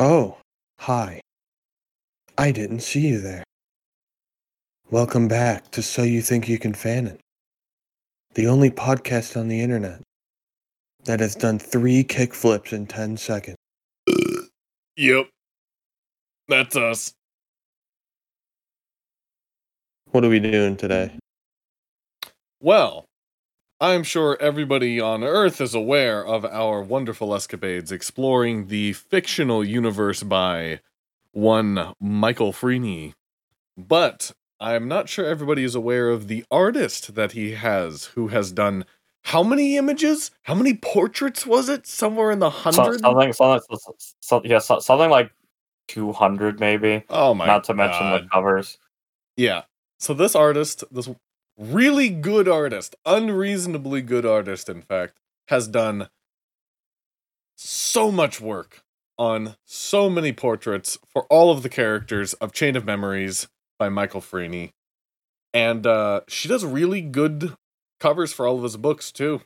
Oh, hi. I didn't see you there. Welcome back to So You Think You Can Fan It, the only podcast on the internet that has done three kickflips in 10 seconds. Yep. That's us. What are we doing today? Well, I'm sure everybody on Earth is aware of our wonderful escapades exploring the fictional universe by one Michael Freeney. But I'm not sure everybody is aware of the artist that he has who has done how many images? How many portraits was it? Somewhere in the So, hundred? something, something, so, so, yeah, so, something like two hundred maybe. oh my Not to mention God. the covers. Yeah. So this artist, this really good artist, unreasonably good artist, in fact, has done so much work on so many portraits for all of the characters of Chain of Memories by Michael Freeney. And uh, she does really good covers for all of his books, too.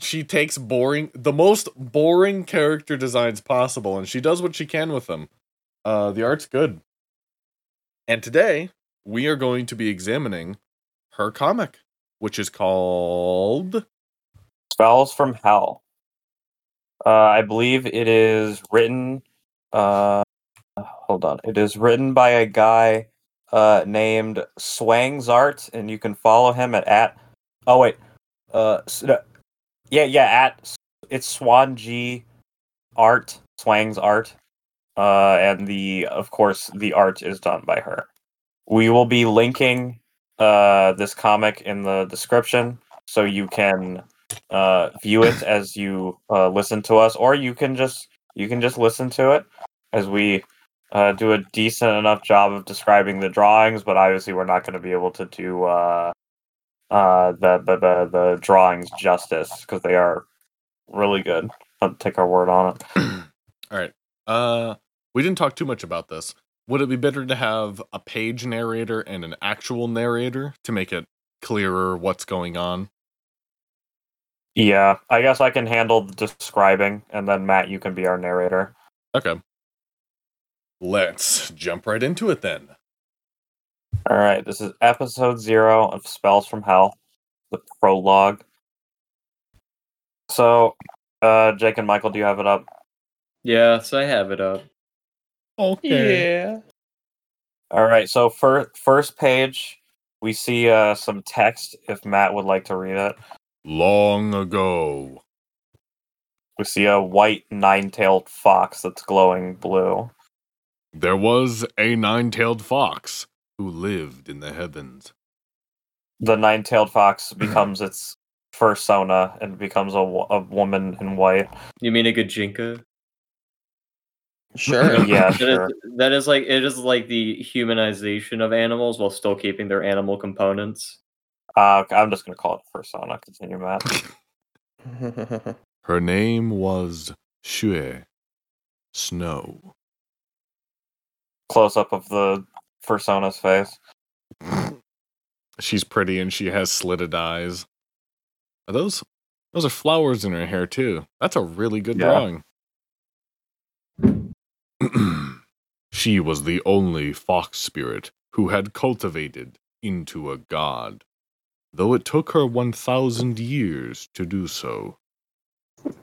She takes boring, the most boring character designs possible, and she does what she can with them. Uh, the art's good. And today, we are going to be examining her comic, which is called Spells from Hell. Uh, I believe it is written. Uh, hold on, it is written by a guy uh, named Swangzart, and you can follow him at at. Oh wait, uh, s- no, yeah, yeah, at it's Swan G Art Swang's Art, uh, and the of course the art is done by her. We will be linking uh, this comic in the description so you can uh, view it as you uh, listen to us, or you can just you can just listen to it as we uh, do a decent enough job of describing the drawings. But obviously, we're not going to be able to do uh, uh, the, the the the drawings justice because they are really good. Don't take our word on it. All right. Uh we didn't talk too much about this. Would it be better to have a page narrator and an actual narrator to make it clearer what's going on? Yeah, I guess I can handle the describing, and then Matt, you can be our narrator. Okay. Let's jump right into it then. All right, this is episode zero of Spells from Hell, the prologue. So, uh, Jake and Michael, do you have it up? Yeah, so I have it up. Yeah. All right, so fir- first page, we see uh, some text. If Matt would like to read it, Long ago. we see a white nine-tailed fox that's glowing blue. There was a nine tailed fox who lived in the heavens. The nine-tailed fox becomes its fursona and becomes a, wo- a woman in white. You mean a gajinka? Sure. Yeah, That is- sure. that is like it is like the humanization of animals while still keeping their animal components. Uh, I'm just gonna call it fursona. Continue, Matt. Her name was Shue Snow. Close up of the fursona's face. She's pretty and she has slitted eyes. Are those those are flowers in her hair too? That's a really good Yeah. drawing. she was the only fox spirit who had cultivated into a god, though it took her 1,000 years to do so.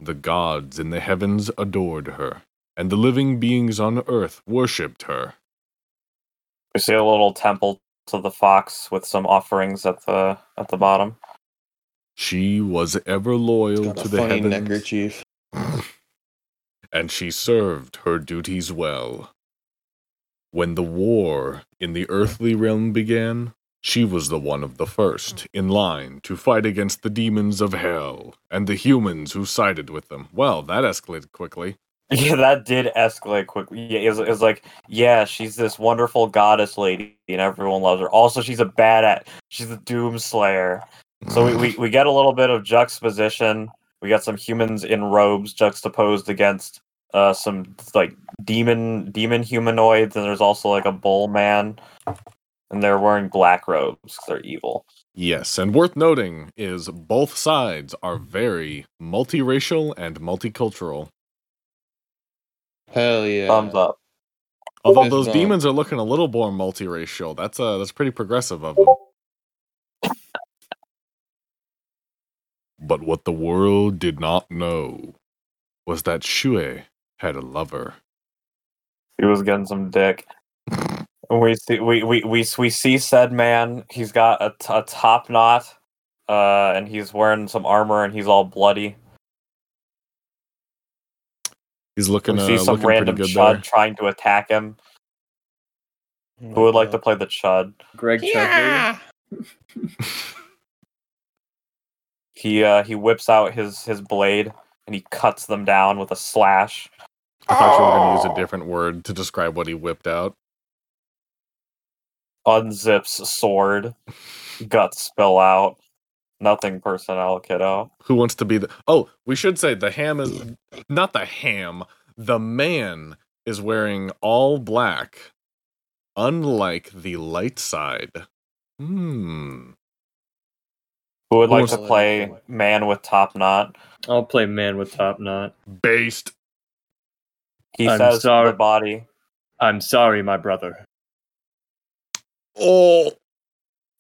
The gods in the heavens adored her, and the living beings on earth worshipped her. We see a little temple to the fox with some offerings at the at the bottom. She was ever It's loyal got to a the funny heavens. neckerchief. and she served her duties well. When the war in the earthly realm began, she was the one of the first in line to fight against the demons of hell and the humans who sided with them. Well, that escalated quickly. Yeah, that did escalate quickly. Yeah, it's, it's like, yeah, she's this wonderful goddess lady, and everyone loves her. Also, she's a badass. She's a doom slayer. So we, we, we get a little bit of juxtaposition. We got some humans in robes juxtaposed against uh, some like demon demon humanoids, and there's also like a bull man, and they're wearing black robes. 'cause They're evil. Yes, and worth noting is both sides are very multiracial and multicultural. Hell yeah. Thumbs up. Although Yes, those no. demons are looking a little more multiracial. That's uh that's pretty progressive of them. But what the world did not know was that Shue had a lover. He was getting some dick. And we see we we we we see said man. He's got a, t- a top knot, uh, and he's wearing some armor, and he's all bloody. He's looking, we uh, see some looking pretty random good chud there. trying to attack him. Who would like to play the chud? Greg yeah. He uh, he whips out his his blade and he cuts them down with a slash. I thought you were going Oh! to use a different word to describe what he whipped out. Unzips sword. Guts spill out. Nothing personnel, kiddo. Who wants to be the? Oh, we should say the ham is not the ham. The man is wearing all black, unlike the light side. Hmm. Who would Who like wants to to- play man with top knot? I'll play man with top knot. Based. He I'm says to sorry. the body. I'm sorry, my brother. Oh.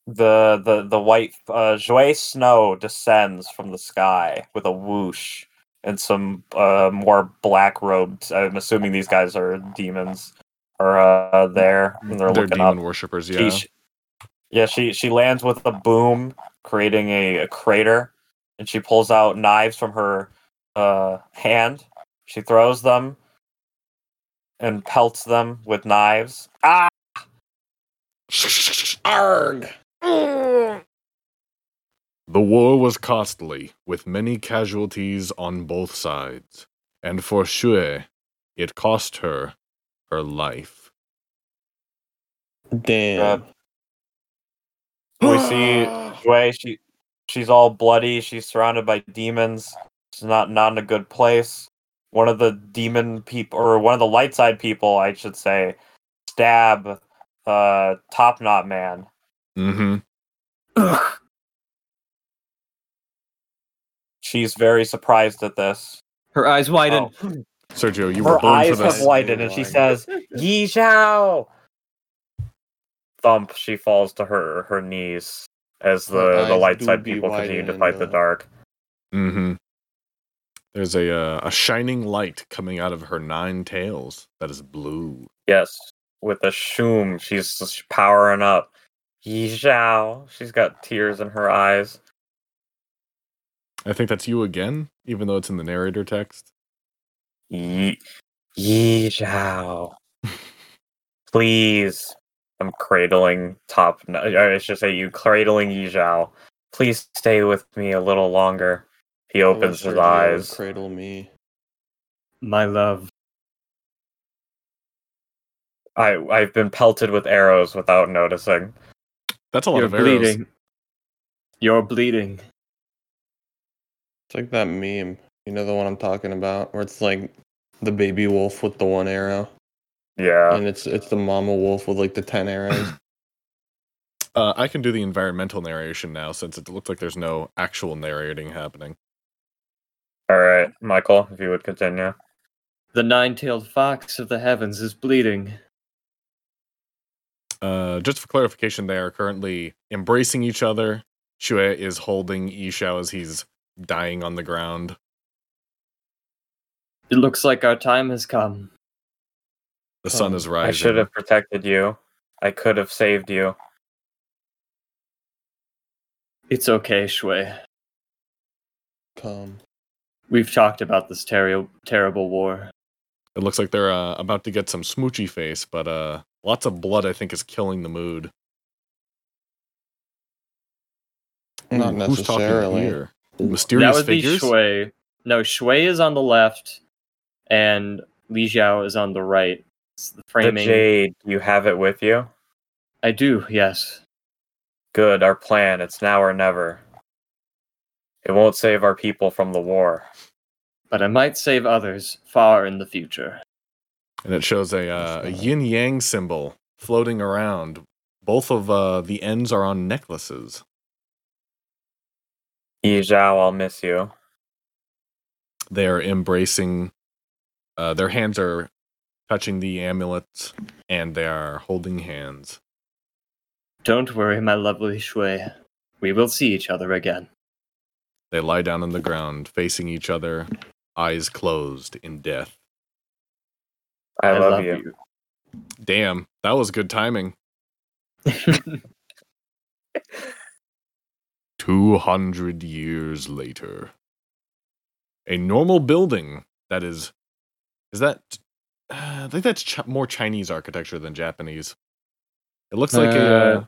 The the the white uh, Joy snow descends from the sky with a whoosh, and some uh, more black robed. I'm assuming these guys are demons. Are uh, there and they're, They're looking demon up. worshippers. She- Yeah. She, yeah, she she lands with a boom, creating a, a crater, and she pulls out knives from her uh, hand. She throws them and pelts them with knives. Ah! Arg! The war was costly, with many casualties on both sides, and for Shue, it cost her her life. Damn. We see Way she she's all bloody. She's surrounded by demons. She's not not in a good place. One of the demon people, or one of the light side people, I should say, stab uh, top knot man. Mm-hmm. She's very surprised at this. Oh. Her eyes widen. Sergio, you were Her born for eyes this. have widened, and she says, "Yi Zhao." Thump. She falls to her her knees as Her the the eyes light do side be people continue to widened, fight the uh, dark. Mm-hmm. There's a uh, a shining light coming out of her nine tails that is blue. Yes, with a shoom, she's just powering up. Yi Zhao. She's got tears in her eyes. I think that's you again, even though it's in the narrator text. Yi Yi Zhao. Please. I'm cradling top. no, I should say you cradling Yi Zhao. Please stay with me a little longer. He I opens wish her dear his would eyes. Cradle me. My love. I, I've been pelted with arrows without noticing. That's a lot You're of arrows. bleeding. You're bleeding. It's like that meme. You know the one I'm talking about, where it's like the baby wolf with the one arrow, Yeah. and it's it's the mama wolf with like the ten arrows. Uh, I can do the environmental narration now, since it looks like there's no actual narrating happening. All right, Michael, if you would continue. The nine tailed fox of the heavens is bleeding. Uh, just for clarification, they are currently embracing each other. Shue is holding Ishao as he's dying on the ground. It looks like our time has come. The sun Oh, is I rising. should have protected you. I could have saved you. It's okay, Shui. Come. We've talked about this terri terrible war. It looks like they're uh, about to get some smoochy face, but uh, lots of blood, I think, is killing the mood. Not Ooh, Mm, who's talking necessarily. here? Mysterious that would figures. be Shui. No, Shui is on the left, and Li Xiao is on the right. It's the The framing. jade, you have it with you. I do, yes. Good, our plan. It's now or never. It won't save our people from the war. But I might save others far in the future. and it shows a, uh, a That's not- yin yang symbol floating around. Both of uh, the ends are on necklaces. Yi Zhao, I'll miss you. They are embracing. Uh, their hands are touching the amulets, and they are holding hands. Don't worry, my lovely Shui. We will see each other again. They lie down on the ground, facing each other, eyes closed in death. I, love, you. Damn, that was good timing. you. 200 years later. A normal building that is. Is that. uh, I think that's chi- more Chinese architecture than Japanese. It looks like a. Uh,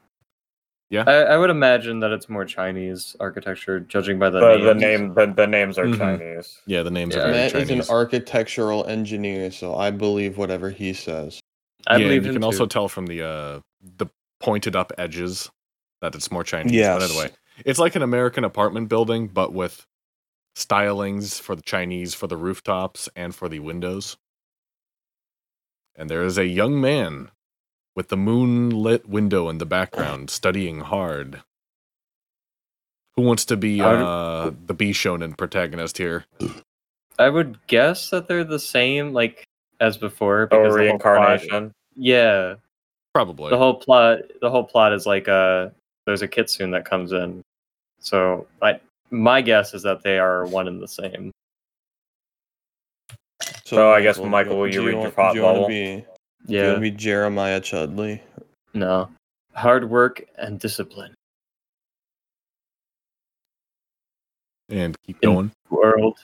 Uh, I, I would imagine that it's more Chinese architecture, judging by the, The, name. the name the, the names are Mhm. Chinese. yeah, the names are yeah. very Matt Chinese. is an architectural engineer, so I believe whatever he says. I yeah, believe and you him can too. also tell from the uh, the pointed up edges that it's more Chinese. But Yes. anyway, it's like an American apartment building, but with stylings for the Chinese for the rooftops and for the windows. And there is a young man with the moonlit window in the background studying hard. Who wants to be How do- uh, the B shonen protagonist here? I would guess that they're the same, like as before. Oh, the whole plot, reincarnation. yeah, Probably. the whole plot. The whole plot is like uh, there's a kitsune that comes in. So I, my guess is that they are one and the same. So I guess, Michael, will you do read your want- thought do you wanna bubble? Be, Do you Yeah, want to be Jeremiah Chudley? no, hard work and discipline. and keep In- going. World,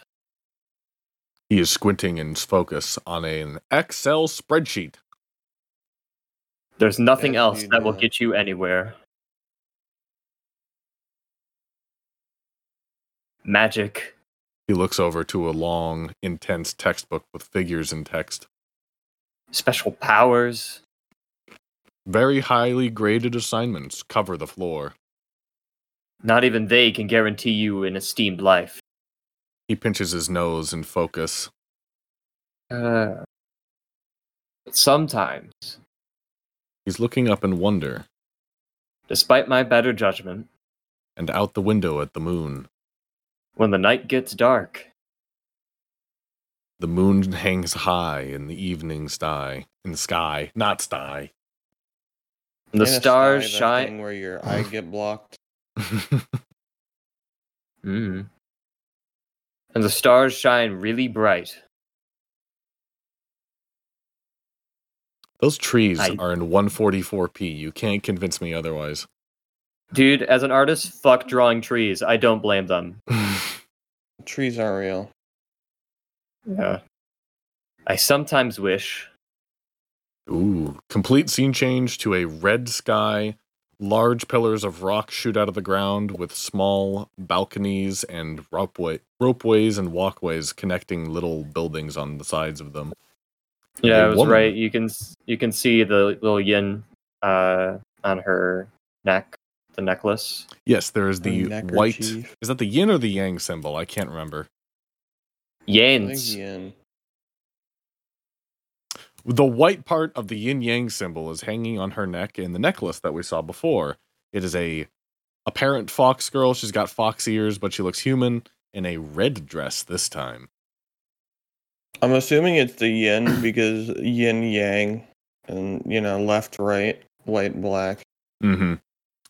He is squinting in focus on an Excel spreadsheet. there's nothing Yes, else you that will do. get you anywhere. Magic. He looks over to a long, intense textbook with figures and text. special powers. Very highly graded assignments cover the floor. Not even they can guarantee you an esteemed life. He pinches his nose in focus. Uh, sometimes, He's looking up in wonder despite my better judgment, and out the window at the moon. when the night gets dark, The moon hangs high in the evening sty. In sky, not sty. and the In a stars sky, that shine. thing Where your eye get blocked. Mm-hmm. Mm. And the stars shine really bright. Those trees I- are in 144p. You can't convince me otherwise. Dude, as an artist, fuck drawing trees. I don't blame them. Trees aren't real. Yeah. I sometimes wish. Ooh. Complete scene change to a red sky. Large pillars of rock shoot out of the ground with small balconies and ropeway, ropeways and walkways connecting little buildings on the sides of them. Yeah, A I was woman. right. You can s- you can see the little yin uh, on her neck, the necklace. Yes, there is the white. Is neckerchief. that the yin or the yang symbol? I can't remember. I think Yans. yin. The white part of the yin yang symbol is hanging on her neck in the necklace that we saw before. It is a apparent fox girl. She's got fox ears, but she looks human in a red dress this time. I'm assuming it's the yin because yin yang, and you know left right white black. Mm-hmm.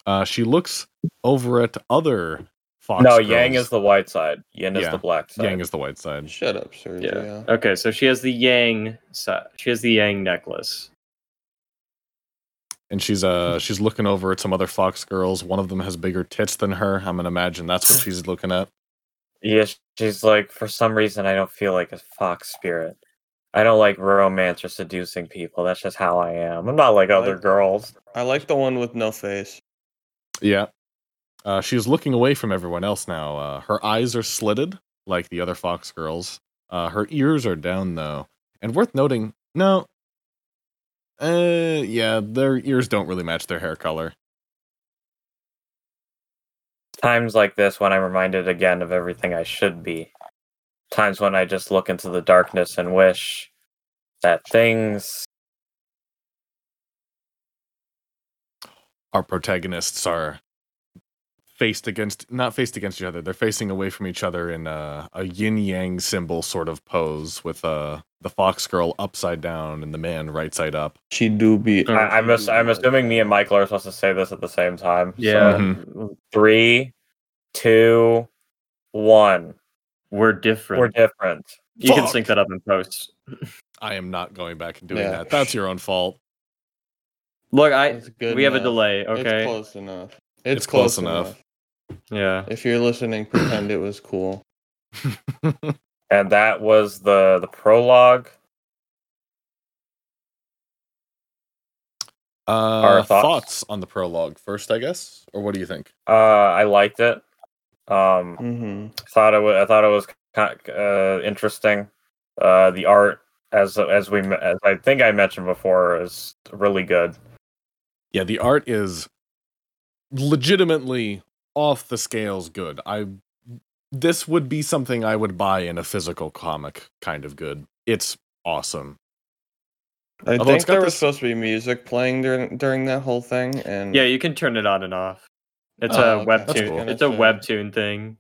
Uh, she looks over at other fox. No, girls. Yang is the white side. Yin is Yeah, the black side. Yang is the white side. Shut up, Sergio. Okay, so she has the yang. si- She has the yang necklace. and she's uh she's looking over at some other fox girls. One of them has bigger tits than her. I'm gonna imagine that's what she's looking at. Yeah, sh- she's like, for some reason, I don't feel like a fox spirit. I don't like romance or seducing people. That's just how I am. I'm not like other Like- girls. I like the one with no face. Yeah. Uh, she's looking away from everyone else now. Uh, her eyes are slitted like the other fox girls. Uh, her ears are down though, and worth noting, no. Uh, yeah, their ears don't really match their hair color. Times like this when I'm reminded again of everything I should be. Times when I just look into the darkness and wish that things. Our protagonists are faced against not faced against each other. They're facing away from each other in a, a yin yang symbol sort of pose with uh, the fox girl upside down and the man right side up. She do be. Uh, I, I'm, ass- I'm assuming me and Michael are supposed to say this at the same time. Yeah. So, three, two, one. We're different. We're different. you can Fuck. sync that up in post. I am not going back and doing Yeah. that. That's your own fault. Look, I That's good we have a enough. delay. It's Okay. close enough. It's, It's close, close enough. enough. Yeah. If you're listening, pretend it was cool. And that was the the prologue. Uh, thoughts? thoughts on the prologue first, I guess, or what do you think? Uh, I liked it. Um, hmm thought it was, I thought it was ki- uh, interesting. Uh, the art, as as we me- as I think I mentioned before, is really good. Yeah, the art is legitimately off the scales good. I this would be something I would buy in a physical comic kind of good. It's awesome. I Although it's think got there was this- supposed to be music playing during during that whole thing, and Yeah, you can turn it on and off. It's Oh, a okay. That's webtoon. cool. It's a webtoon thing.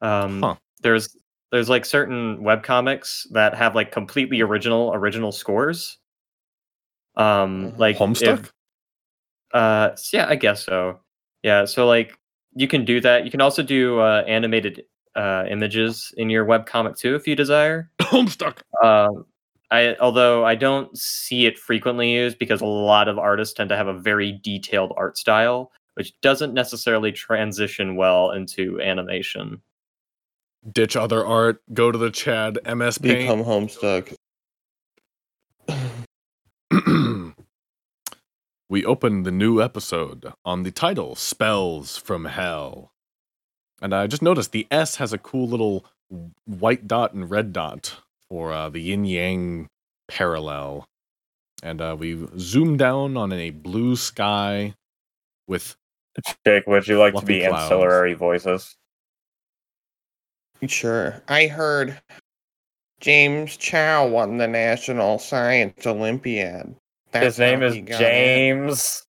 Um Huh. there's there's like certain web comics that have like completely original original scores. Um Mhm. like if- Homestuck? uh s- yeah, I guess so. Yeah, so like you can do that. You can also do uh, animated uh, images in your web comic too if you desire. Homestuck. Um, I although I don't see it frequently used because a lot of artists tend to have a very detailed art style, which doesn't necessarily transition well into animation. Ditch other art, go to the Chad MS Paint. become homestuck. we open the new episode on the title Spells from Hell. And I just noticed the S has a cool little white dot and red dot for uh, the yin yang parallel. And uh, we zoom down on a blue sky with. Jake, would you like to Fluffy be clouds. ancillary voices? Sure, I heard James Chow won the National Science Olympiad. That's His name how is he got it. James.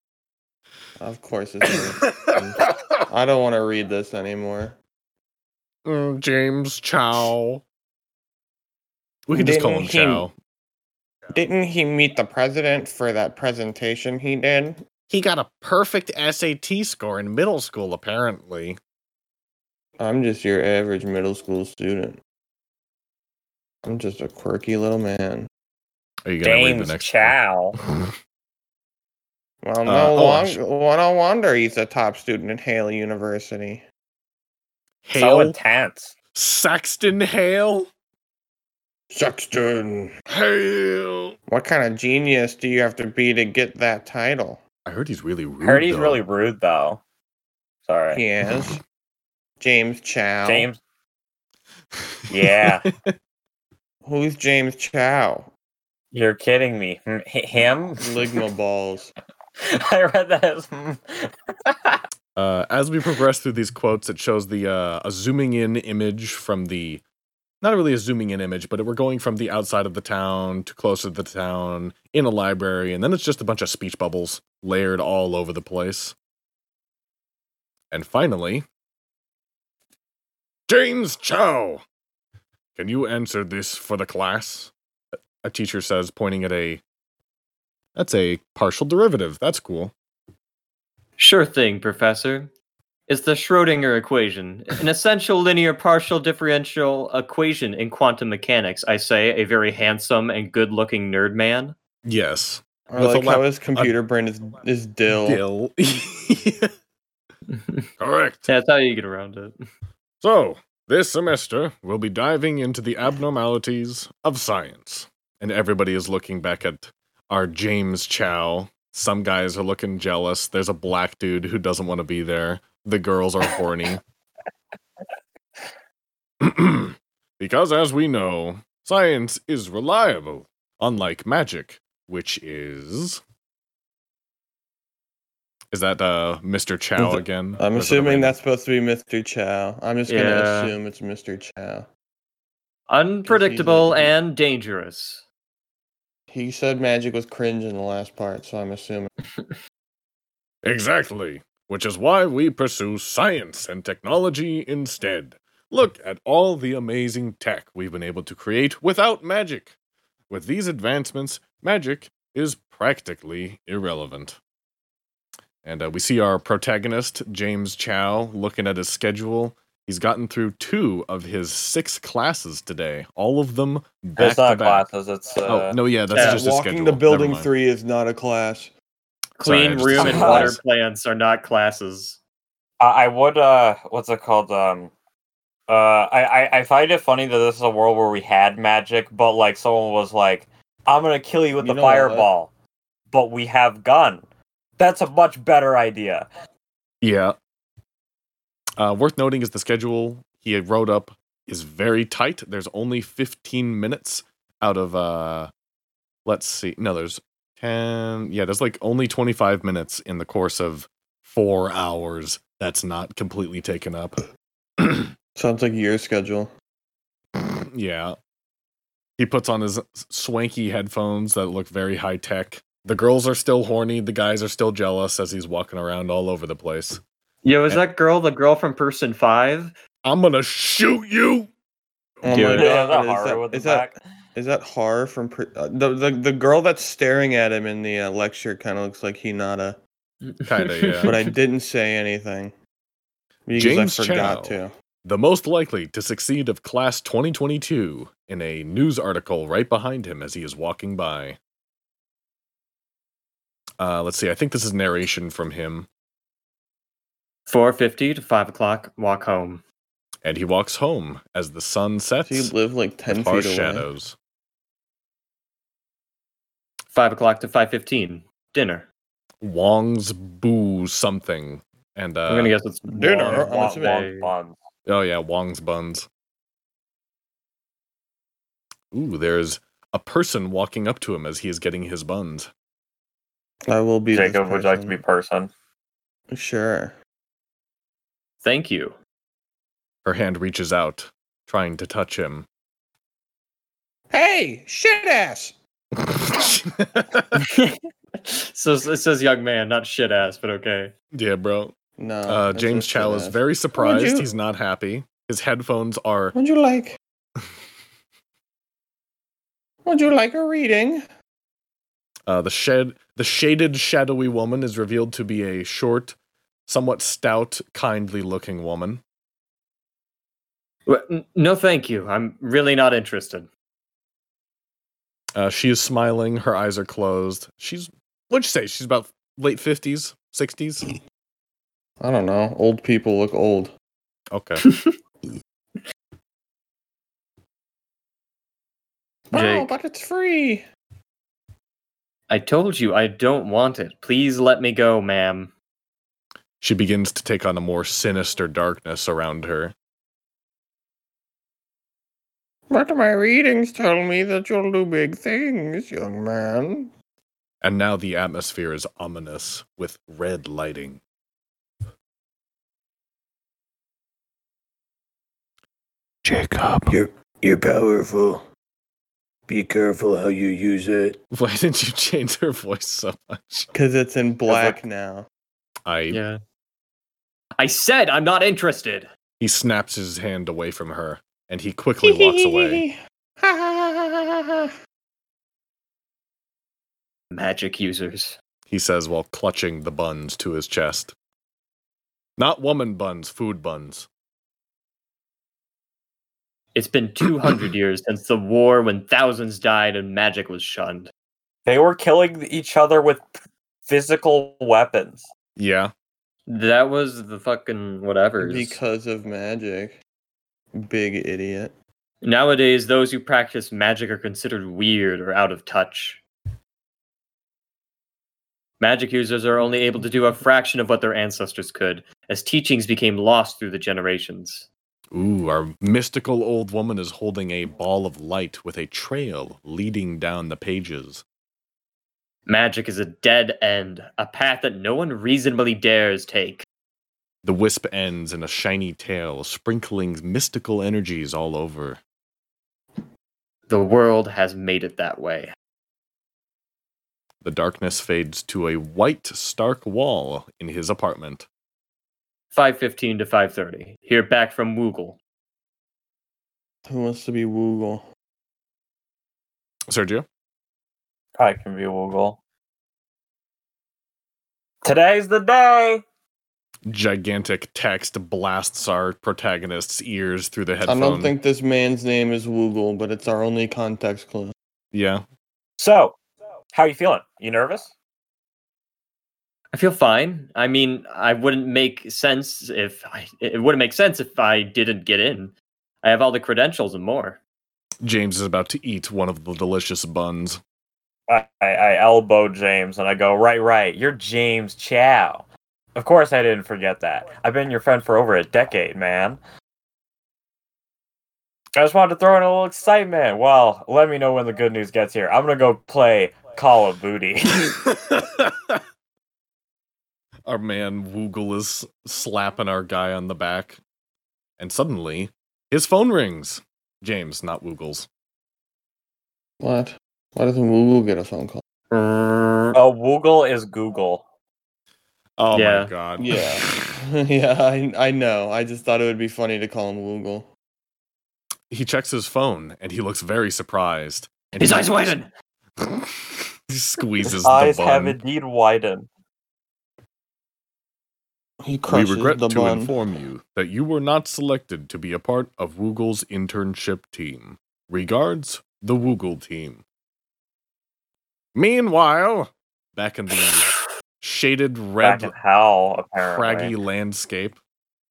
Of course, his name. is- I don't want to read this anymore. Mm, James Chow. We can just call him Didn't he- Chow. Didn't he meet the president for that presentation he did? He got a perfect SAT score in middle school, apparently. I'm just your average middle school student. I'm just a quirky little man. Are you going to read the James next one? Chow. Well, Uh, no, oh, I'm long, well, no wonder he's a top student at Hale University. So Hale? intense. Saxton Hale? Sexton, Hale! what kind of genius do you have to be to get that title? I heard he's really rude. Heard he's though. really rude though. Sorry, Yes, James Chow. James. Yeah, who's James Chow? you're kidding me. Hmm, h- Him? Ligma balls. I read that as. hmm. Uh, as we progress through these quotes, it shows the uh, a zooming in image from the, not really a zooming in image, but we're going from the outside of the town to closer to the town in a library, and then it's just a bunch of speech bubbles layered all over the place. And finally, James Chow, can you answer this for the class? A teacher says, pointing at a. That's a partial derivative. That's cool. Sure thing, Professor. It's the Schrodinger equation, an essential linear partial differential equation in quantum mechanics. I say, a very handsome and good-looking nerd man. Yes. I With a like how lap- his computer brain is is dill. Dill. Correct. That's how you get around it. So, this semester, we'll be diving into the abnormalities of science. And everybody is looking back at our James Chow. Some guys are looking jealous. There's a black dude who doesn't want to be there. The girls are horny. because, as we know, science is reliable, unlike magic, which is. Is that uh, Mr. Chow Th- again? I'm Or is it a assuming random- that's supposed to be Mr. Chow. I'm just Yeah. gonna assume it's Mr. Chow. Unpredictable and dangerous. He said magic was cringe in the last part, so I'm assuming. Exactly. which is why we pursue science and technology instead. Look at all the amazing tech we've been able to create without magic. With these advancements, magic is practically irrelevant. And uh, we see our protagonist, James Chow, looking at his schedule. He's gotten through two of his six classes today, all of them back It's to not back. classes. It's Oh uh, no, yeah, that's yeah, just a schedule. Walking to building Never mind. three is not a class. Sorry, I Clean just room assumed and it water was. plants are not classes. I, I would uh what's it called um uh I, I I find it funny that this is a world where we had magic but like someone was like I'm gonna kill you with You the know what? fireball but we have gun that's a much better idea Yeah. Uh, worth noting is the schedule he had wrote up is very tight. There's only 15 minutes out of uh let's see. No, there's 10. Yeah, there's like only 25 minutes in the course of 4 hours that's not completely taken up. Sounds like your schedule. yeah. He puts on his swanky headphones that look very high tech. The girls are still horny, the guys are still jealous as he's walking around all over the place. Yo, is that girl the girl from Person Five? I'm going to shoot you. Oh Dude. my yeah, god! that horror is that, with the is that back. is that horror from pre- uh, the, the the girl that's staring at him in the uh, lecture? Kind of looks like Hinata, Kinda, yeah. but I didn't say anything because James I forgot Chow. to. the most likely to succeed of class 2022 in a news article right behind him as he is walking by. Uh, let's see. I think this is narration from him, Four fifty to five o'clock. Walk home. and he walks home as the sun sets. So you live like with ten harsh feet away. shadows. Five o'clock to five fifteen. Dinner. Wong's boo something, and uh, I'm gonna guess it's dinner, Wong- Oh, I'm Wong- assuming. Wong- Wong. Fun. Oh yeah, Wong's buns. Ooh, there's a person walking up to him as he is getting his buns. I will be. this Jacob would you like to be person. person Sure. Thank you. Her hand reaches out, trying to touch him. Hey, shit ass. so it says young man, not shit ass, but okay. yeah, bro. No. Uh, Oh, that's James a Chow shit is ass. very surprised. you- He's not happy. His headphones are. Would you like? would you like a reading? Uh, the shed, the shaded, shadowy woman is revealed to be a short, somewhat stout, kindly-looking woman. Wh- n- No, thank you. I'm really not interested. Uh, she is smiling. Her eyes are closed. She's. What'd you say? She's about late fifties, sixties. I don't know. Old people look old. Okay. Jake, but it's free. I told you I don't want it. Please let me go, ma'am. She begins to take on a more sinister darkness around her. But my readings tell me that you'll do big things, young man. And now the atmosphere is ominous with red lighting. Jacob. You're, you're powerful. Be careful how you use it. Why didn't you change her voice so much? Because it's in black now. I Yeah. I said I'm not interested. he snaps his hand away from her and he quickly walks away. Magic users. He says while clutching the buns to his chest. Not woman buns, food buns. It's been 200 years since the war when thousands died and magic was shunned. they were killing each other with physical weapons Yeah. That was the fucking whatever. Because of magic. Big idiot. Nowadays, those who practice magic are considered weird or out of touch. Magic users are only able to do a fraction of what their ancestors could, as teachings became lost through the generations. Ooh, our mystical old woman is holding a ball of light with a trail leading down the pages. Magic is a dead end, a path that no one reasonably dares take. The wisp ends in a shiny tail, sprinkling mystical energies all over. The world has made it that way. The darkness fades to a white, stark wall in his apartment. 5:15 to 5:30. Hear back from Woogle. Who wants to be Woogle? Sergio? I can be Woogle. Today's the day. Gigantic text blasts our protagonist's ears through the I headphone. don't think this man's name is Woogle, but it's our only context clue. Yeah. So, how you feeling? You nervous? I feel fine. I mean, I wouldn't make sense if I, it wouldn't make sense if I didn't get in. I have all the credentials and more. James is about to eat one of the delicious buns. I, I, I elbow James and I go, right, right. You're James Chow. Of course, I didn't forget that. I've been your friend for over a decade, man. I just wanted to throw in a little excitement. Well, let me know when the good news gets here. I'm gonna go play Call of Duty. our man Woogle is slapping our guy on the back. And suddenly, his phone rings. James, not Woogle's. What? Why doesn't Woogle get a phone call? Uh, Woogle is Google. Oh Yeah. my god. Yeah. yeah, I, I know. I just thought it would be funny to call him Woogle. he checks his phone and he looks very surprised. And His he- eyes widen. he squeezes His eyes the have bun. indeed widened. He We crushes regret the to bun. inform you that you were not selected to be a part of Woogle's internship team. Regards, the Woogle team. Meanwhile, back in the shaded Back in red hell, apparently. craggy landscape.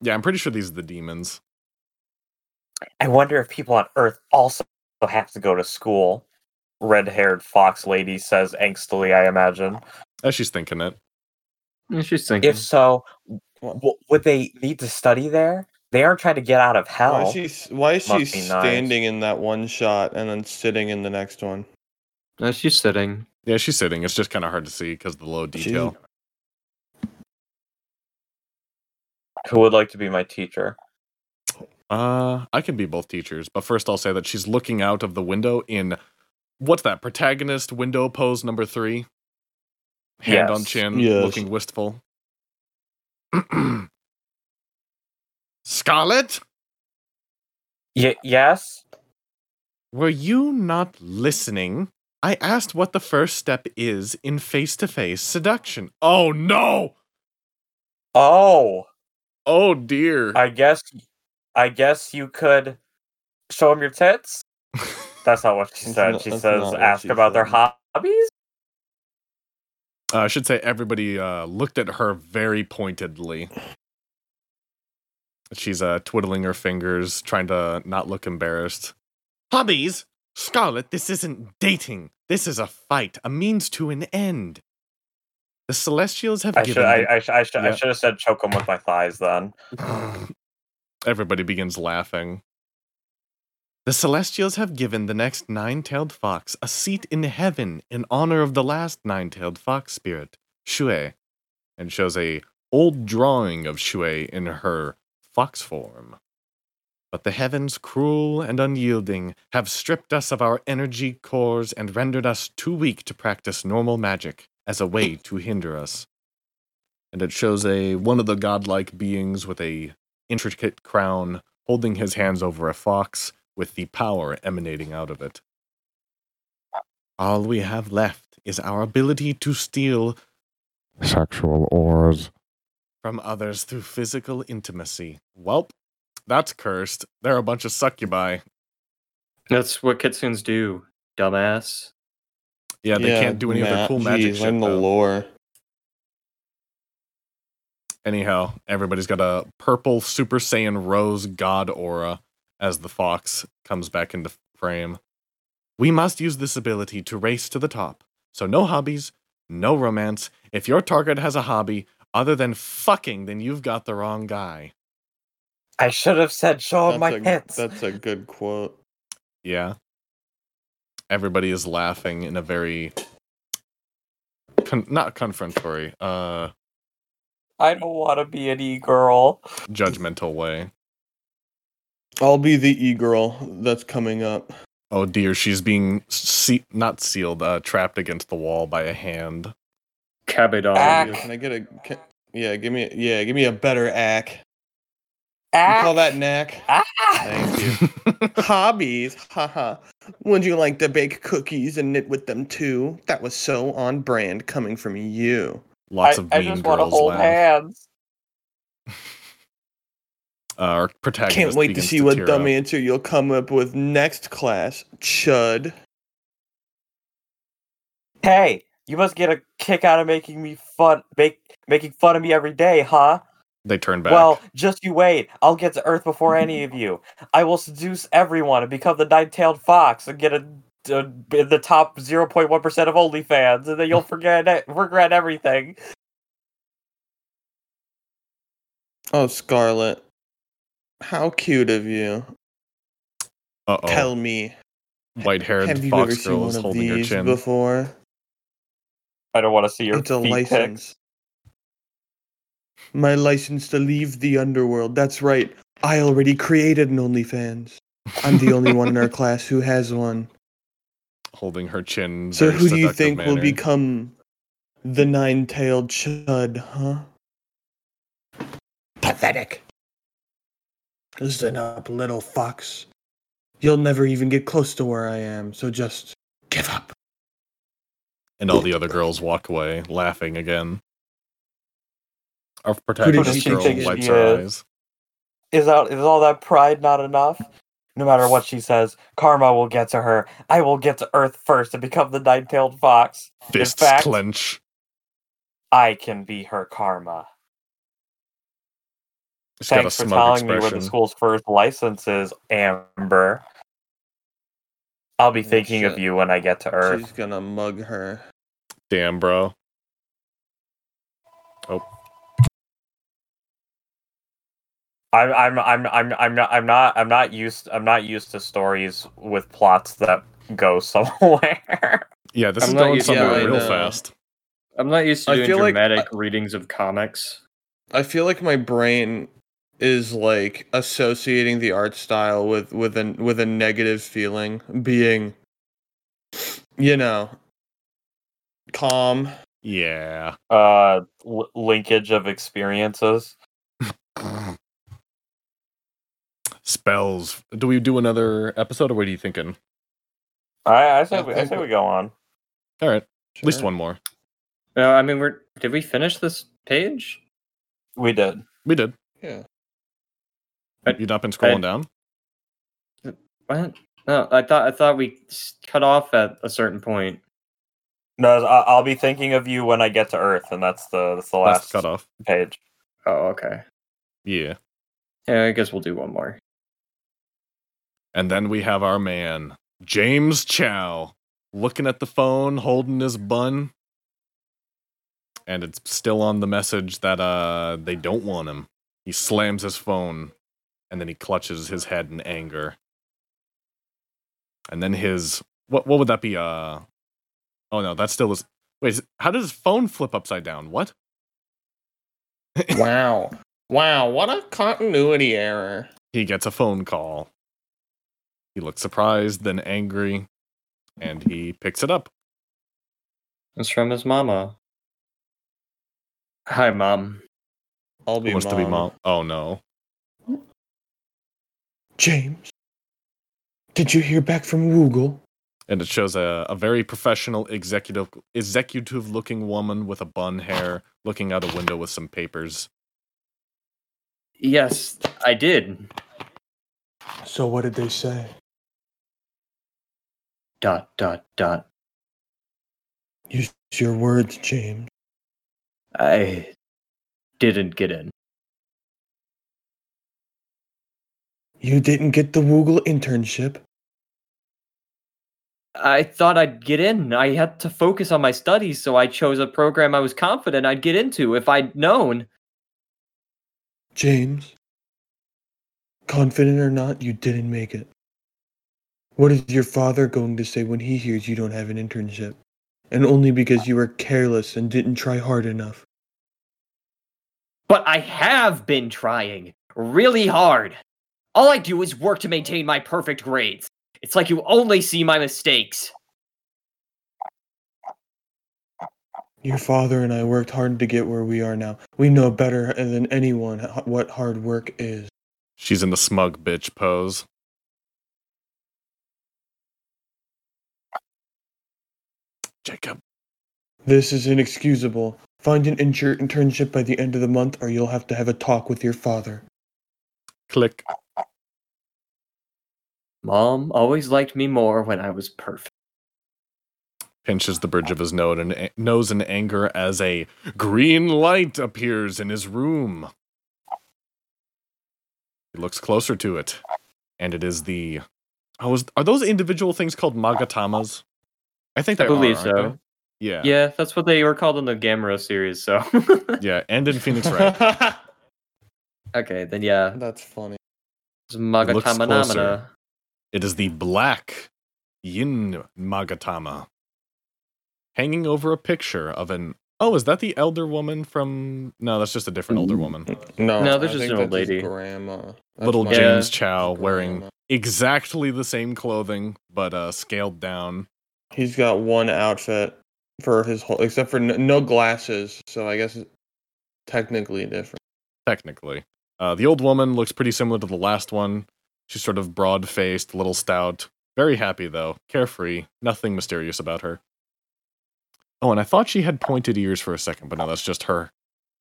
Yeah, I'm pretty sure these are the demons. I wonder if people on Earth also have to go to school. Red haired fox lady says angstily, I imagine. Mm-hmm. As she's thinking it. She's thinking. If so, w- would they need to study there? They aren't trying to get out of Why hell. is she, s- why is she Must be knives. standing in that one shot and then sitting in the next one? No, she's sitting. Yeah, she's sitting. It's just kind of hard to see because of the low She's- detail. Who would like to be my teacher? Uh, I can be both teachers, but first I'll say that she's looking out of the window in what's that protagonist window pose number three? Hand on Yes. chin, Yes. looking wistful. Scarlet, Y- yes? were you not listening? I asked what the first step is in face to face seduction. Oh no! Oh, Oh dear. I guess, I guess you could show him your tits. That's not what she That's said. not- she that's says, not what ask she about their said. hobbies. Uh, I should say everybody uh, looked at her very pointedly. She's uh, twiddling her fingers, trying to not look embarrassed. Hobbies? Scarlet, this isn't dating. This is a fight, a means to an end. The Celestials have I should, given. I, I, should, I, should, I Yeah. should have said choke him with my thighs then. Everybody begins laughing. The Celestials have given the next nine tailed fox a seat in heaven in honor of the last nine tailed fox spirit, Shue, and shows a old drawing of Shue in her fox form. But the heavens, cruel and unyielding, have stripped us of our energy cores and rendered us too weak to practice normal magic as a way to hinder us. And it shows a one of the godlike beings with a intricate crown, holding his hands over a fox with the power emanating out of it. All we have left is our ability to steal sexual ores. from others through physical intimacy. Welp, that's cursed. They're a bunch of succubi. That's what kitsunes do, dumbass. Yeah, they can't do any other Matt, cool magic geez, shit. learn the though. lore. Anyhow, everybody's got a purple Super Saiyan Rose God aura as the fox comes back into frame. We must use this ability to race to the top. So, no hobbies, no romance. If your target has a hobby other than fucking, then you've got the wrong guy. I should have said show him my a, tits. That's a good quote. Yeah. Everybody is laughing in a very. Con- not confrontory, uh, I don't want to be an e girl. judgmental way. I'll be the e girl that's coming up. Oh dear, she's being se- not sealed, uh, trapped against the wall by a hand. Cabidon. Ah. Can I get a? Can, Yeah, give me yeah, give me a better ack. You Ah, call that knack? ah. Thank you. Hobbies, haha. Would you like to bake cookies and knit with them too? That was so on brand coming from you. Lots I, of I mean just want to girls hold laugh. hands. Uh, our protagonist Can't wait to begins see what tear dumb up. answer you'll come up with next class, chud. Hey, you must get a kick out of making me fun, make making fun of me every day, huh? They turn back. Well, just you wait. I'll get to Earth before any of you. I will seduce everyone and become the nine-tailed fox and get a, a in the top zero point one percent of OnlyFans, and then you'll forget it- regret everything. Oh, Scarlet. How cute of you. Uh-oh. Tell me, have white-haired you ever Oh, fox seen girl one is of holding her these chin. before? I don't want to see your it's a feet pics. license. My license to leave the underworld. That's right. I already created an OnlyFans. I'm the only one in our class who has one. holding her chin. in So very who do you seductive think will manner. become the nine-tailed chud, huh? Pathetic. Listen up, little fox. You'll never even get close to where I am, so just give up. And all the other girls walk away, laughing again. Our Who protagonist does she girl think she wipes her is? eyes. Is out is all that pride not enough? No matter what she says, karma will get to her. I will get to Earth first and become the nine-tailed fox. Fists fact- clench. I can be her karma. She's got a Thanks for smug telling me where expression. the school's first license is, Amber. I'll be Oh, thinking of shit. you when I get to Earth. She's gonna mug her. Damn, bro. Oh, I'm, I'm, I'm, I'm, I'm not, I'm not, I'm not used, I'm not used to stories with plots that go somewhere. yeah. This I'm is not going used- yeah, somewhere I real know. fast. I'm not used to I doing feel like- dramatic readings of comics. I feel like my brain is like associating the art style with with an with a negative feeling being you know calm Yeah. uh, l- linkage of experiences. Spells. Do we do another episode, or what are you thinking? I, I say, I we, I think say we- we go on. All right, at least Sure. one more. No, Uh, I mean, we're did we finish this page? We did. We did. yeah I- You've not been scrolling I- down. What? No, I thought I thought we s- cut off at a certain point. No, I, I'll be thinking of you when I get to Earth, and that's the that's the Last last cut off. page. Oh, okay. Yeah. Yeah, I guess we'll do one more. And then we have our man, James Chow, looking at the phone, holding his bun. And it's still on the message that uh they don't want him. He slams his phone and then he clutches his head in anger. And then his what what would that be? Uh oh no, that still is wait, is- how does his phone flip upside down? What? wow wow what a continuity error He gets a phone call. He looks surprised, then angry, and he picks it up. It's from his mama. Hi, mom. i'll be Who wants to be mom? Oh no. James, did you hear back from Woogle? And it shows a, a very professional executive executive looking woman with a bun hair looking out a window with some papers. Yes, I did. So what did they say? Dot dot dot. Use your words, James. I didn't get in. You didn't get the Woogle internship. I thought I'd get in. I had to focus on my studies, so I chose a program I was confident I'd get into if I'd known. James, confident or not, you didn't make it. What is your father going to say when he hears you don't have an internship? And only because you were careless and didn't try hard enough. But I have been trying really hard. All I do is work to maintain my perfect grades. It's like you only see my mistakes. Your father and I worked hard to get where we are now. We know better than anyone h- what hard work is. She's in the smug bitch pose. Jacob. This is inexcusable. Find an inter- internship by the end of the month, or you'll have to have a talk with your father. Click. Mom always liked me more when I was perfect. Pinches the bridge of his nose in, a- nose in anger as a green light appears in his room. He looks closer to it, and it is the. Oh, is, are those individual things called magatamas? I think they I believe are, aren't so. they? Yeah. yeah. Yeah, that's what they were called in the Gamera series. So, And in Phoenix Wright. okay, then yeah, That's funny. it's Looks Magatamanamana. closer. It is the black yin magatama hanging over a picture of an. Oh, is that the elder woman from. No, that's just a different older woman. No, No, I there's just think an old that's his lady. Grandma. That's Little my- Yeah. James Chow Grandma. wearing exactly the same clothing, but uh, scaled down. He's got one outfit for his whole, except for no, no glasses. So I guess it's technically different. technically. Uh, the old woman looks pretty similar to the last one. She's sort of broad faced, little stout, very happy though, carefree, nothing mysterious about her. Oh, and I thought she had pointed ears for a second, but no, that's just her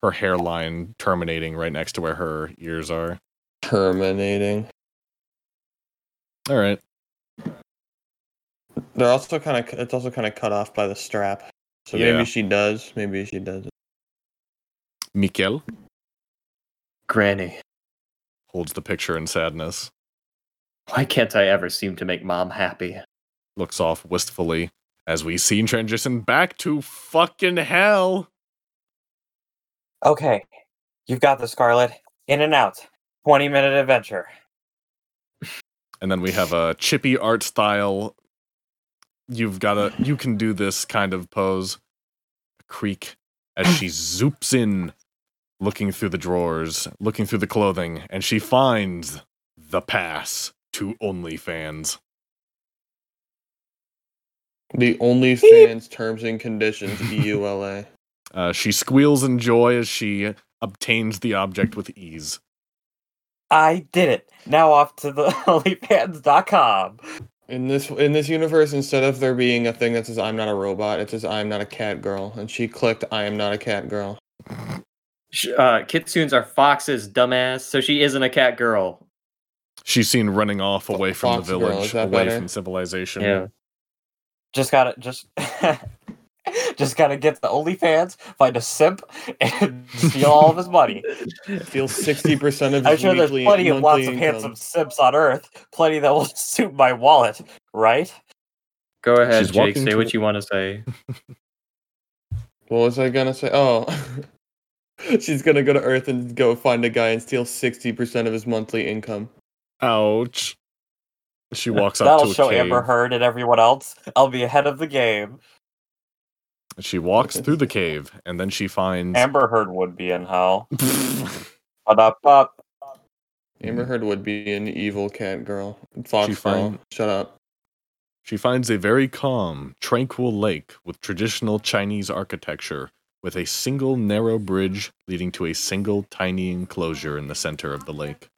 her hairline terminating right next to where her ears are. Terminating. All right. They're also kind of. It's also kind of cut off by the strap. So Yeah. maybe she does. Maybe she doesn't. Mikel Granny, holds the picture in sadness, why can't I ever seem to make mom happy? looks off wistfully as we scene transition back to fucking hell. Okay, you've got the Scarlet. In and out. 20 minute adventure. and then we have a chippy art style you've got to you can do this kind of pose a creak as she zoops in looking through the drawers looking through the clothing and she finds the pass to onlyfans The OnlyFans terms and conditions E EULA. uh, she squeals in joy as she obtains the object with ease I did it. Now off to the OnlyFans.com. In this in this universe, instead of there being a thing that says "I'm not a robot," it says "I'm not a cat girl," and she clicked "I am not a cat girl." Sh- Uh, kitsunes are foxes, dumbass. So she isn't a cat girl. she's seen running off away from Fox the girl, village is that away better? from civilization Yeah. Just gotta, just. Just gotta get the OnlyFans, find a simp, and steal all of his money. Feel sixty percent of I'm his sure there's weekly plenty of lots monthly of income. handsome simps on Earth, plenty that will suit my wallet, right? Go ahead, She's Jake. walking Say to- what you want to say. What was I gonna say? Oh, she's gonna go to Earth and go find a guy and steal sixty percent of his monthly income. ouch she walks up That'll to a show cave. Amber Heard and everyone else. I'll be ahead of the game. She walks through the cave, and then she finds. Amber Heard would be in hell. But up, up. Amber Heard would be an evil cat girl. Fox She girl. fine. Shut up. she finds a very calm, tranquil lake with traditional Chinese architecture, with a single narrow bridge leading to a single tiny enclosure in the center of the lake.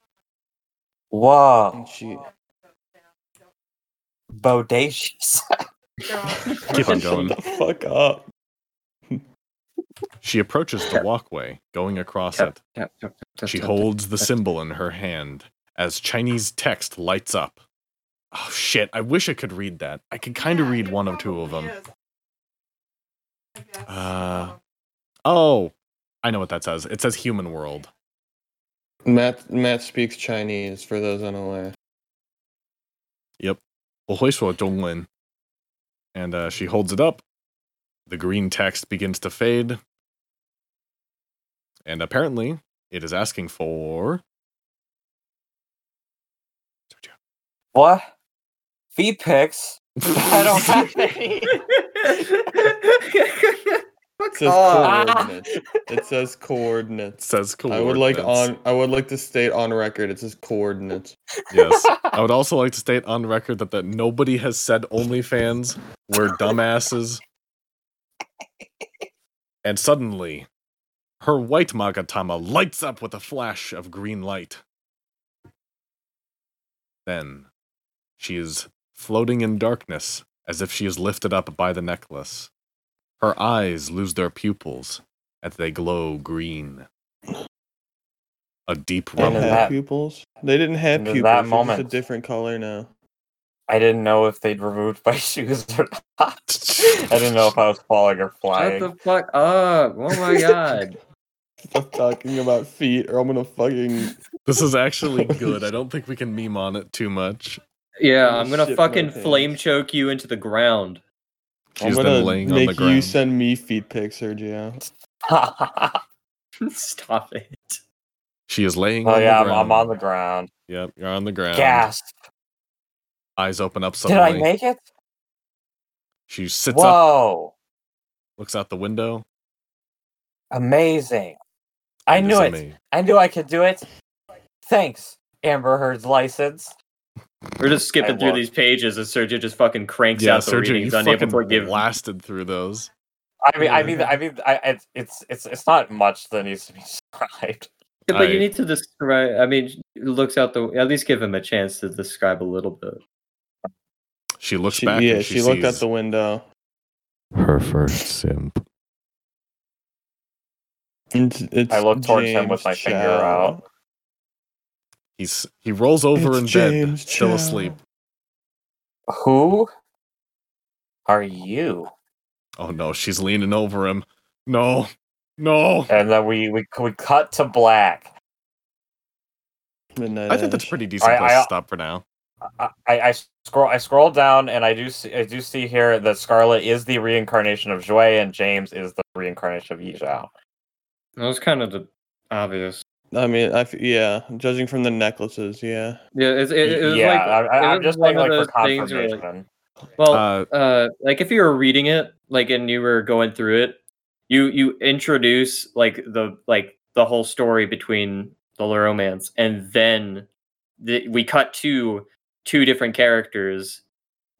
Whoa, And she bodacious. Keep on shut going. the fuck up. She approaches the walkway, going across it. She holds the symbol in her hand as Chinese text lights up. Oh shit, I wish I could read that. I could kind of read one or two of them. Uh, oh, I know what that says. It says human world. Matt Matt speaks Chinese for those unaware. Dongwin. And uh, she holds it up. The green text begins to fade. And apparently, it is asking for. What? Feet pics? I don't have any. It says Ah. coordinates. It says coordinates. says I would like coordinates. on I would like to state on record it says coordinates. Yes. I would also like to state on record that, that nobody has said OnlyFans. We're dumbasses. and suddenly her white Magatama lights up with a flash of green light. Then she is floating in darkness as if she is lifted up by the necklace. Her eyes lose their pupils as they glow green. A deep They didn't rumble. then have that- pupils. They didn't have and pupils. then That that moment. moment- It's a different color now. I didn't know if they'd removed my shoes or not. I didn't know if I was falling or Shut flying. the fuck up! Oh my god! Stop talking about feet, or I'm gonna fucking. This is actually good. I don't think we can meme on it too much. Yeah, Holy I'm gonna shit, my fucking pants. flame choke you into the ground. She's I'm then gonna laying on make the you ground. send me feet pics, Sergio. Stop it. she is laying oh on yeah, the I'm, ground. I'm on the ground. Yep, you're on the ground. Gasp! Eyes open up Did suddenly. I make it? she sits up, Whoa! looks out the window. Amazing! I and is knew it. amazed. I knew I could do it. Thanks, Amber Heard's license. We're just skipping I through won't. these pages as Sergio just fucking cranks Yeah, out the Sergio, you readings, unable fucking to give. blasted through those. I mean, I mean, I mean, I, it's it's it's it's not much that needs to be described. Yeah, but I- you need to describe. I mean, it looks out the. At least give him a chance to describe a little bit. She looks She, back. yeah, and she she, looked out sees the window. Her first simp. It's, it's I looked towards him with my James finger Chow. out. He's he rolls over It's in bed, James still Chow. asleep. Who are you? Oh no, she's leaning over him. No, no. And then we we we cut to black. Midnight I think that's a pretty decent I- place I- to stop for now. I, I I scroll I scroll down and I do see I do see here that Scarlet is the reincarnation of Joy and James is the reincarnation of Yizhao. That was kind of the obvious. I mean, I f- yeah. Judging from the necklaces, yeah. Yeah, it, it, it was yeah, like. I, it I, I'm was just one saying of like for those things where, confirmation. like- well, Uh, uh like if you were reading it like and you were going through it you you introduce like the like the whole story between the romance and then the, we cut to two different characters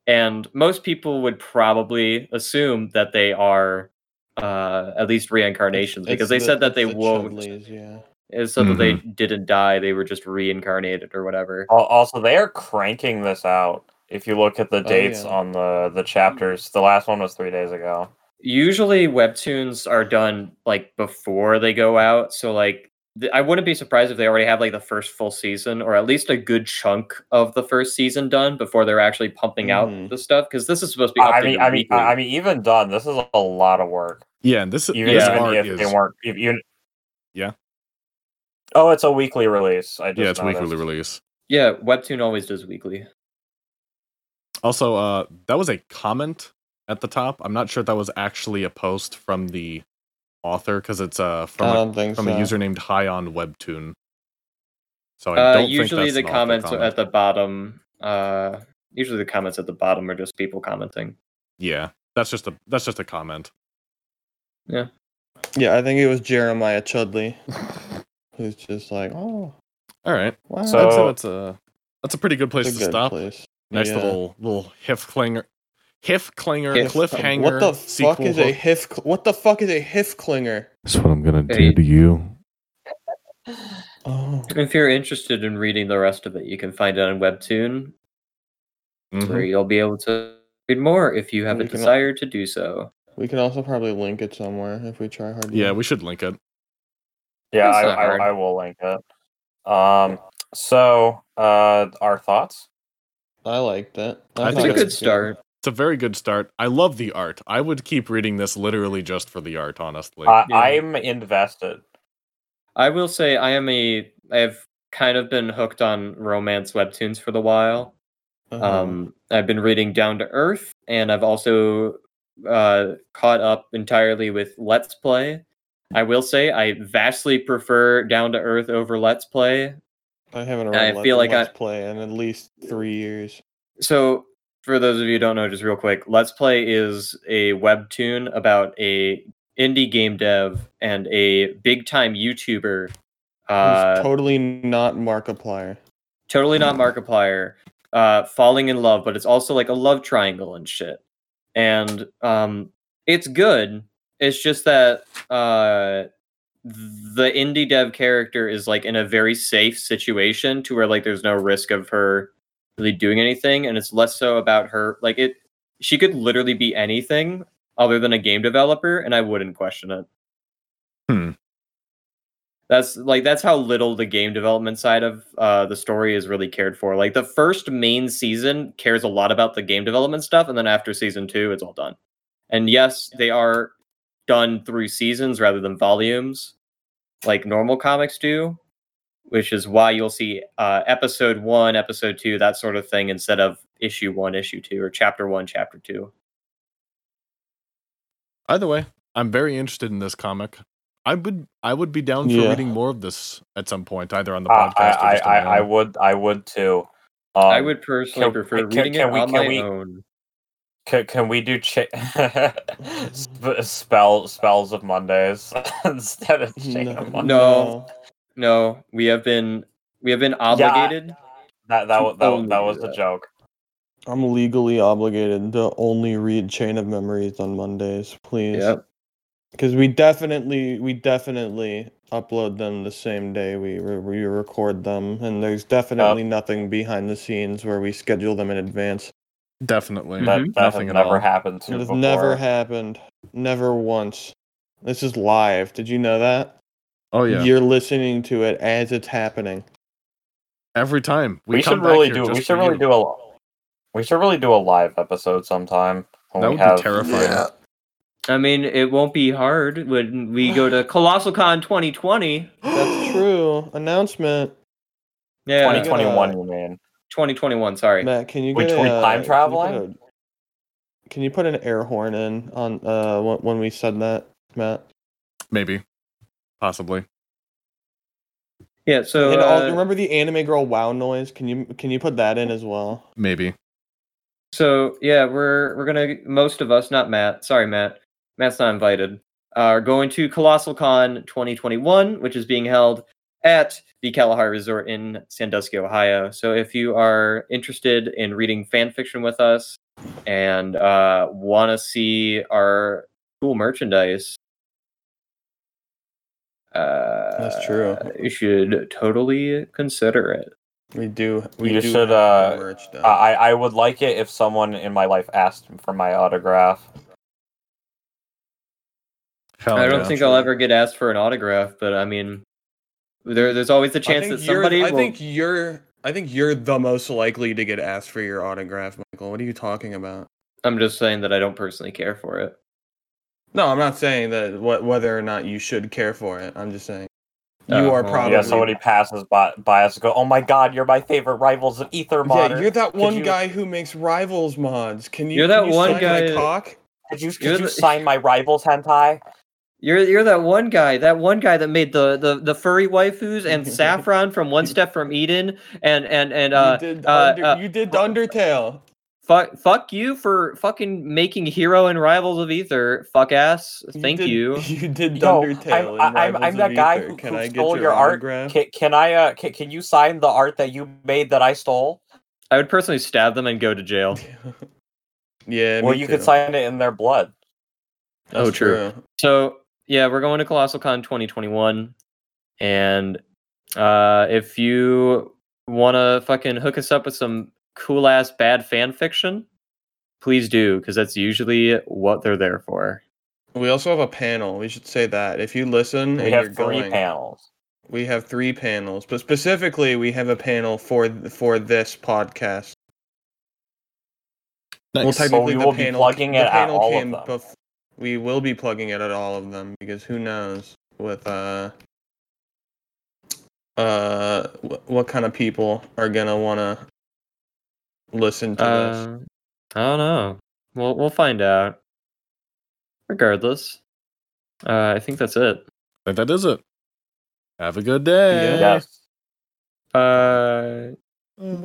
and most people would probably assume that they are uh at least reincarnations It's because they the- said that it's they the won't Chudleys, yeah. it's so that they didn't die they were just reincarnated or whatever Al- Also, they are cranking this out. If you look at Oh, the dates yeah. on the the chapters, the last one was three days ago. usually webtoons are done like before they go out so like th- i wouldn't be surprised if they already have like the first full season or at least a good chunk of the first season done before they're actually pumping Mhm. out the stuff because this is supposed to be Mm-hmm. I updated mean, I mean, weekly. I mean, even done. This is a lot of work. yeah, and this Even, this Yeah. art even if is they weren't, if you. Yeah. Oh, it's a weekly release. I just yeah, it's weekly noticed. release. yeah webtoon always does weekly Also, uh, that was a comment at the top. I'm not sure if that was actually a post from the author because it's uh from I a don't think from so. a user named High on Webtoon. So I uh, don't usually think that's the an author comments comment. at the bottom uh usually the comments at the bottom are just people commenting yeah, that's just a that's just a comment. Yeah, I think it was Jeremiah Chudley, who's just like, oh, All right, wow. So- that's a, that's a that's a pretty good place It's a to good stop. place. Nice Yeah. little little hifclinger, hifclinger, Hif- cliffhanger. um, What the sequel fuck is a hook. hif? What the fuck is a hifclinger? That's what I'm gonna Hey. do to you. Oh, if you're interested in reading the rest of it you can find it on webtoon where Mm-hmm. Mhm. you'll be able to read more if you have We a can al- desire to do so. we can also probably link it somewhere if we try hard. Yeah, enough. we should link it. Yeah, That's I, not hard. I, I will link it. Um. So, uh, our thoughts. I liked it. thought I That's a it think good was start. It's a very good start. I love the art. I would keep reading this literally just for the art, honestly. I, Yeah. I'm invested. I will say I am a I have kind of been hooked on romance webtoons for the while. Uh-huh. Um, I've been reading Down to Earth, and I've also uh, caught up entirely with Let's Play. I will say I vastly prefer Down to Earth over Let's Play. I haven't I read. feel feel like like I- Let's Play in at least three years. So, for those of you who don't know, just real quick, Let's Play is a webtoon about a indie game dev and a big time YouTuber. It's Uh, totally not Markiplier. totally not Markiplier. Uh, falling in love, but it's also like a love triangle and shit. And um, it's good. It's just that uh, the indie dev character is like in a very safe situation to where like there's no risk of her really doing anything, and it's less so about her. Like it, she could literally be anything other than a game developer, and I wouldn't question it. Hmm. That's like that's how little the game development side of uh, the story is really cared for. Like the first main season cares a lot about the game development stuff, and then after season two, it's all done. And yes, they are done through seasons rather than volumes, like normal comics do, which is why you'll see uh, episode one, episode two, that sort of thing, instead of issue one, issue two, or chapter one, chapter two. Either way, I'm very interested in this comic. I would I would be down for Yeah. reading more of this at some point, either on the I, podcast I, or I, just on I, my I own. would I would too. I Um, would personally can- prefer can- reading can it we- on can my we- own. Can, can we do cha- sp- spell spells of Mondays instead of chain No. of Mondays? No. No, we have been we have been obligated. That that wa- that, wa- Only that do was a that. joke. I'm legally obligated to only read Chain of Memories on Mondays, please. Yep. Because we definitely, we definitely upload them the same day we re- we record them, and there's definitely nothing behind the scenes where we schedule them in advance. Definitely. That, Mhm. that has Mm-hmm. Nothing at never all. happened to It me has before. never happened, never once. This is live. Did you know that? Oh yeah. You're listening to it as it's happening. Every time we come should back really here do. We just should for really you. do a. lo- We should really do a live episode sometime. when That we would have- be terrifying. I mean, it won't be hard when we go to Colossal Con 2020. That's true. Announcement. Yeah, 2020. 2021, you mean? 2021. Sorry. Matt, can you We get a, tweet uh, time can you put traveling? a- Can you put an air horn in on uh when, when we said that, Matt? Maybe. Possibly. Yeah. So and uh, all, remember the anime girl wow noise? Can you can you put that in as well? Maybe. So yeah, we're we're gonna most of us, not Matt. Sorry, Matt. Matt's not invited. Are going to Colossal Con 2021, which is being held at the Kalahari Resort in Sandusky, Ohio. So if you are interested in reading fan fiction with us and uh, want to see our cool merchandise, uh, true. You should totally consider it. We do. We You do should, have uh, merch done. I I I would like it if someone in my life asked for my autograph. Hell I don't yeah. think I'll ever get asked for an autograph, but I mean, there, there's always the chance that somebody. You're, I will- think you're. I think you're the most likely to get asked for your autograph, Michael. What are you talking about? I'm just saying that I don't personally care for it. No, I'm not saying that wh- whether or not you should care for it. I'm just saying you Uh, are well, yeah, probably. Yeah, somebody passes by, by us and go, "Oh my God, you're my favorite rivals of Ether Yeah, Modder." you're that Could one you- guy who makes rivals mods. Can you? You're can that you one sign my guy- cock? Could you, could You're you the- sign my rivals hentai? You're you're that one guy, that one guy that made the the, the furry waifus and Saffron from One Step from Eden, and and and uh, you did. uh, under, uh, you did Undertale. Mm-hmm. fuck fuck you for fucking making hero and rivals of ether, fuck ass. Thank did- you. You did Yo, Undertale. I'm- I- I'm- and I'm Rivals that of guy Ether. who- Can who I get stole your your art. autograph? Can, can I? Uh, can, can you sign the art that you made that I stole? I would personally stab them and go to jail. yeah. well, me you too. could sign it in their blood. Oh, That's true. So yeah, we're going to Colossal Con 2021, and uh, if you want to fucking hook us up with some cool ass bad fan fiction, please do, because that's usually what they're there for. We also have a panel. We should say that if you listen We and have you're three going, panels. we have three panels, but specifically we have a panel for for this podcast. Well, Nice. type- technically, we the will be panel, plugging the it at panel all of came them. bef- we will be plugging it at all of them because who knows with uh uh wh- what kind of people are gonna wanna listen to Um, this. Uh, I don't know. We'll we'll find out. Regardless, uh, I think that's it. But that is it. Have a good day. Yeah. Yes. Uh,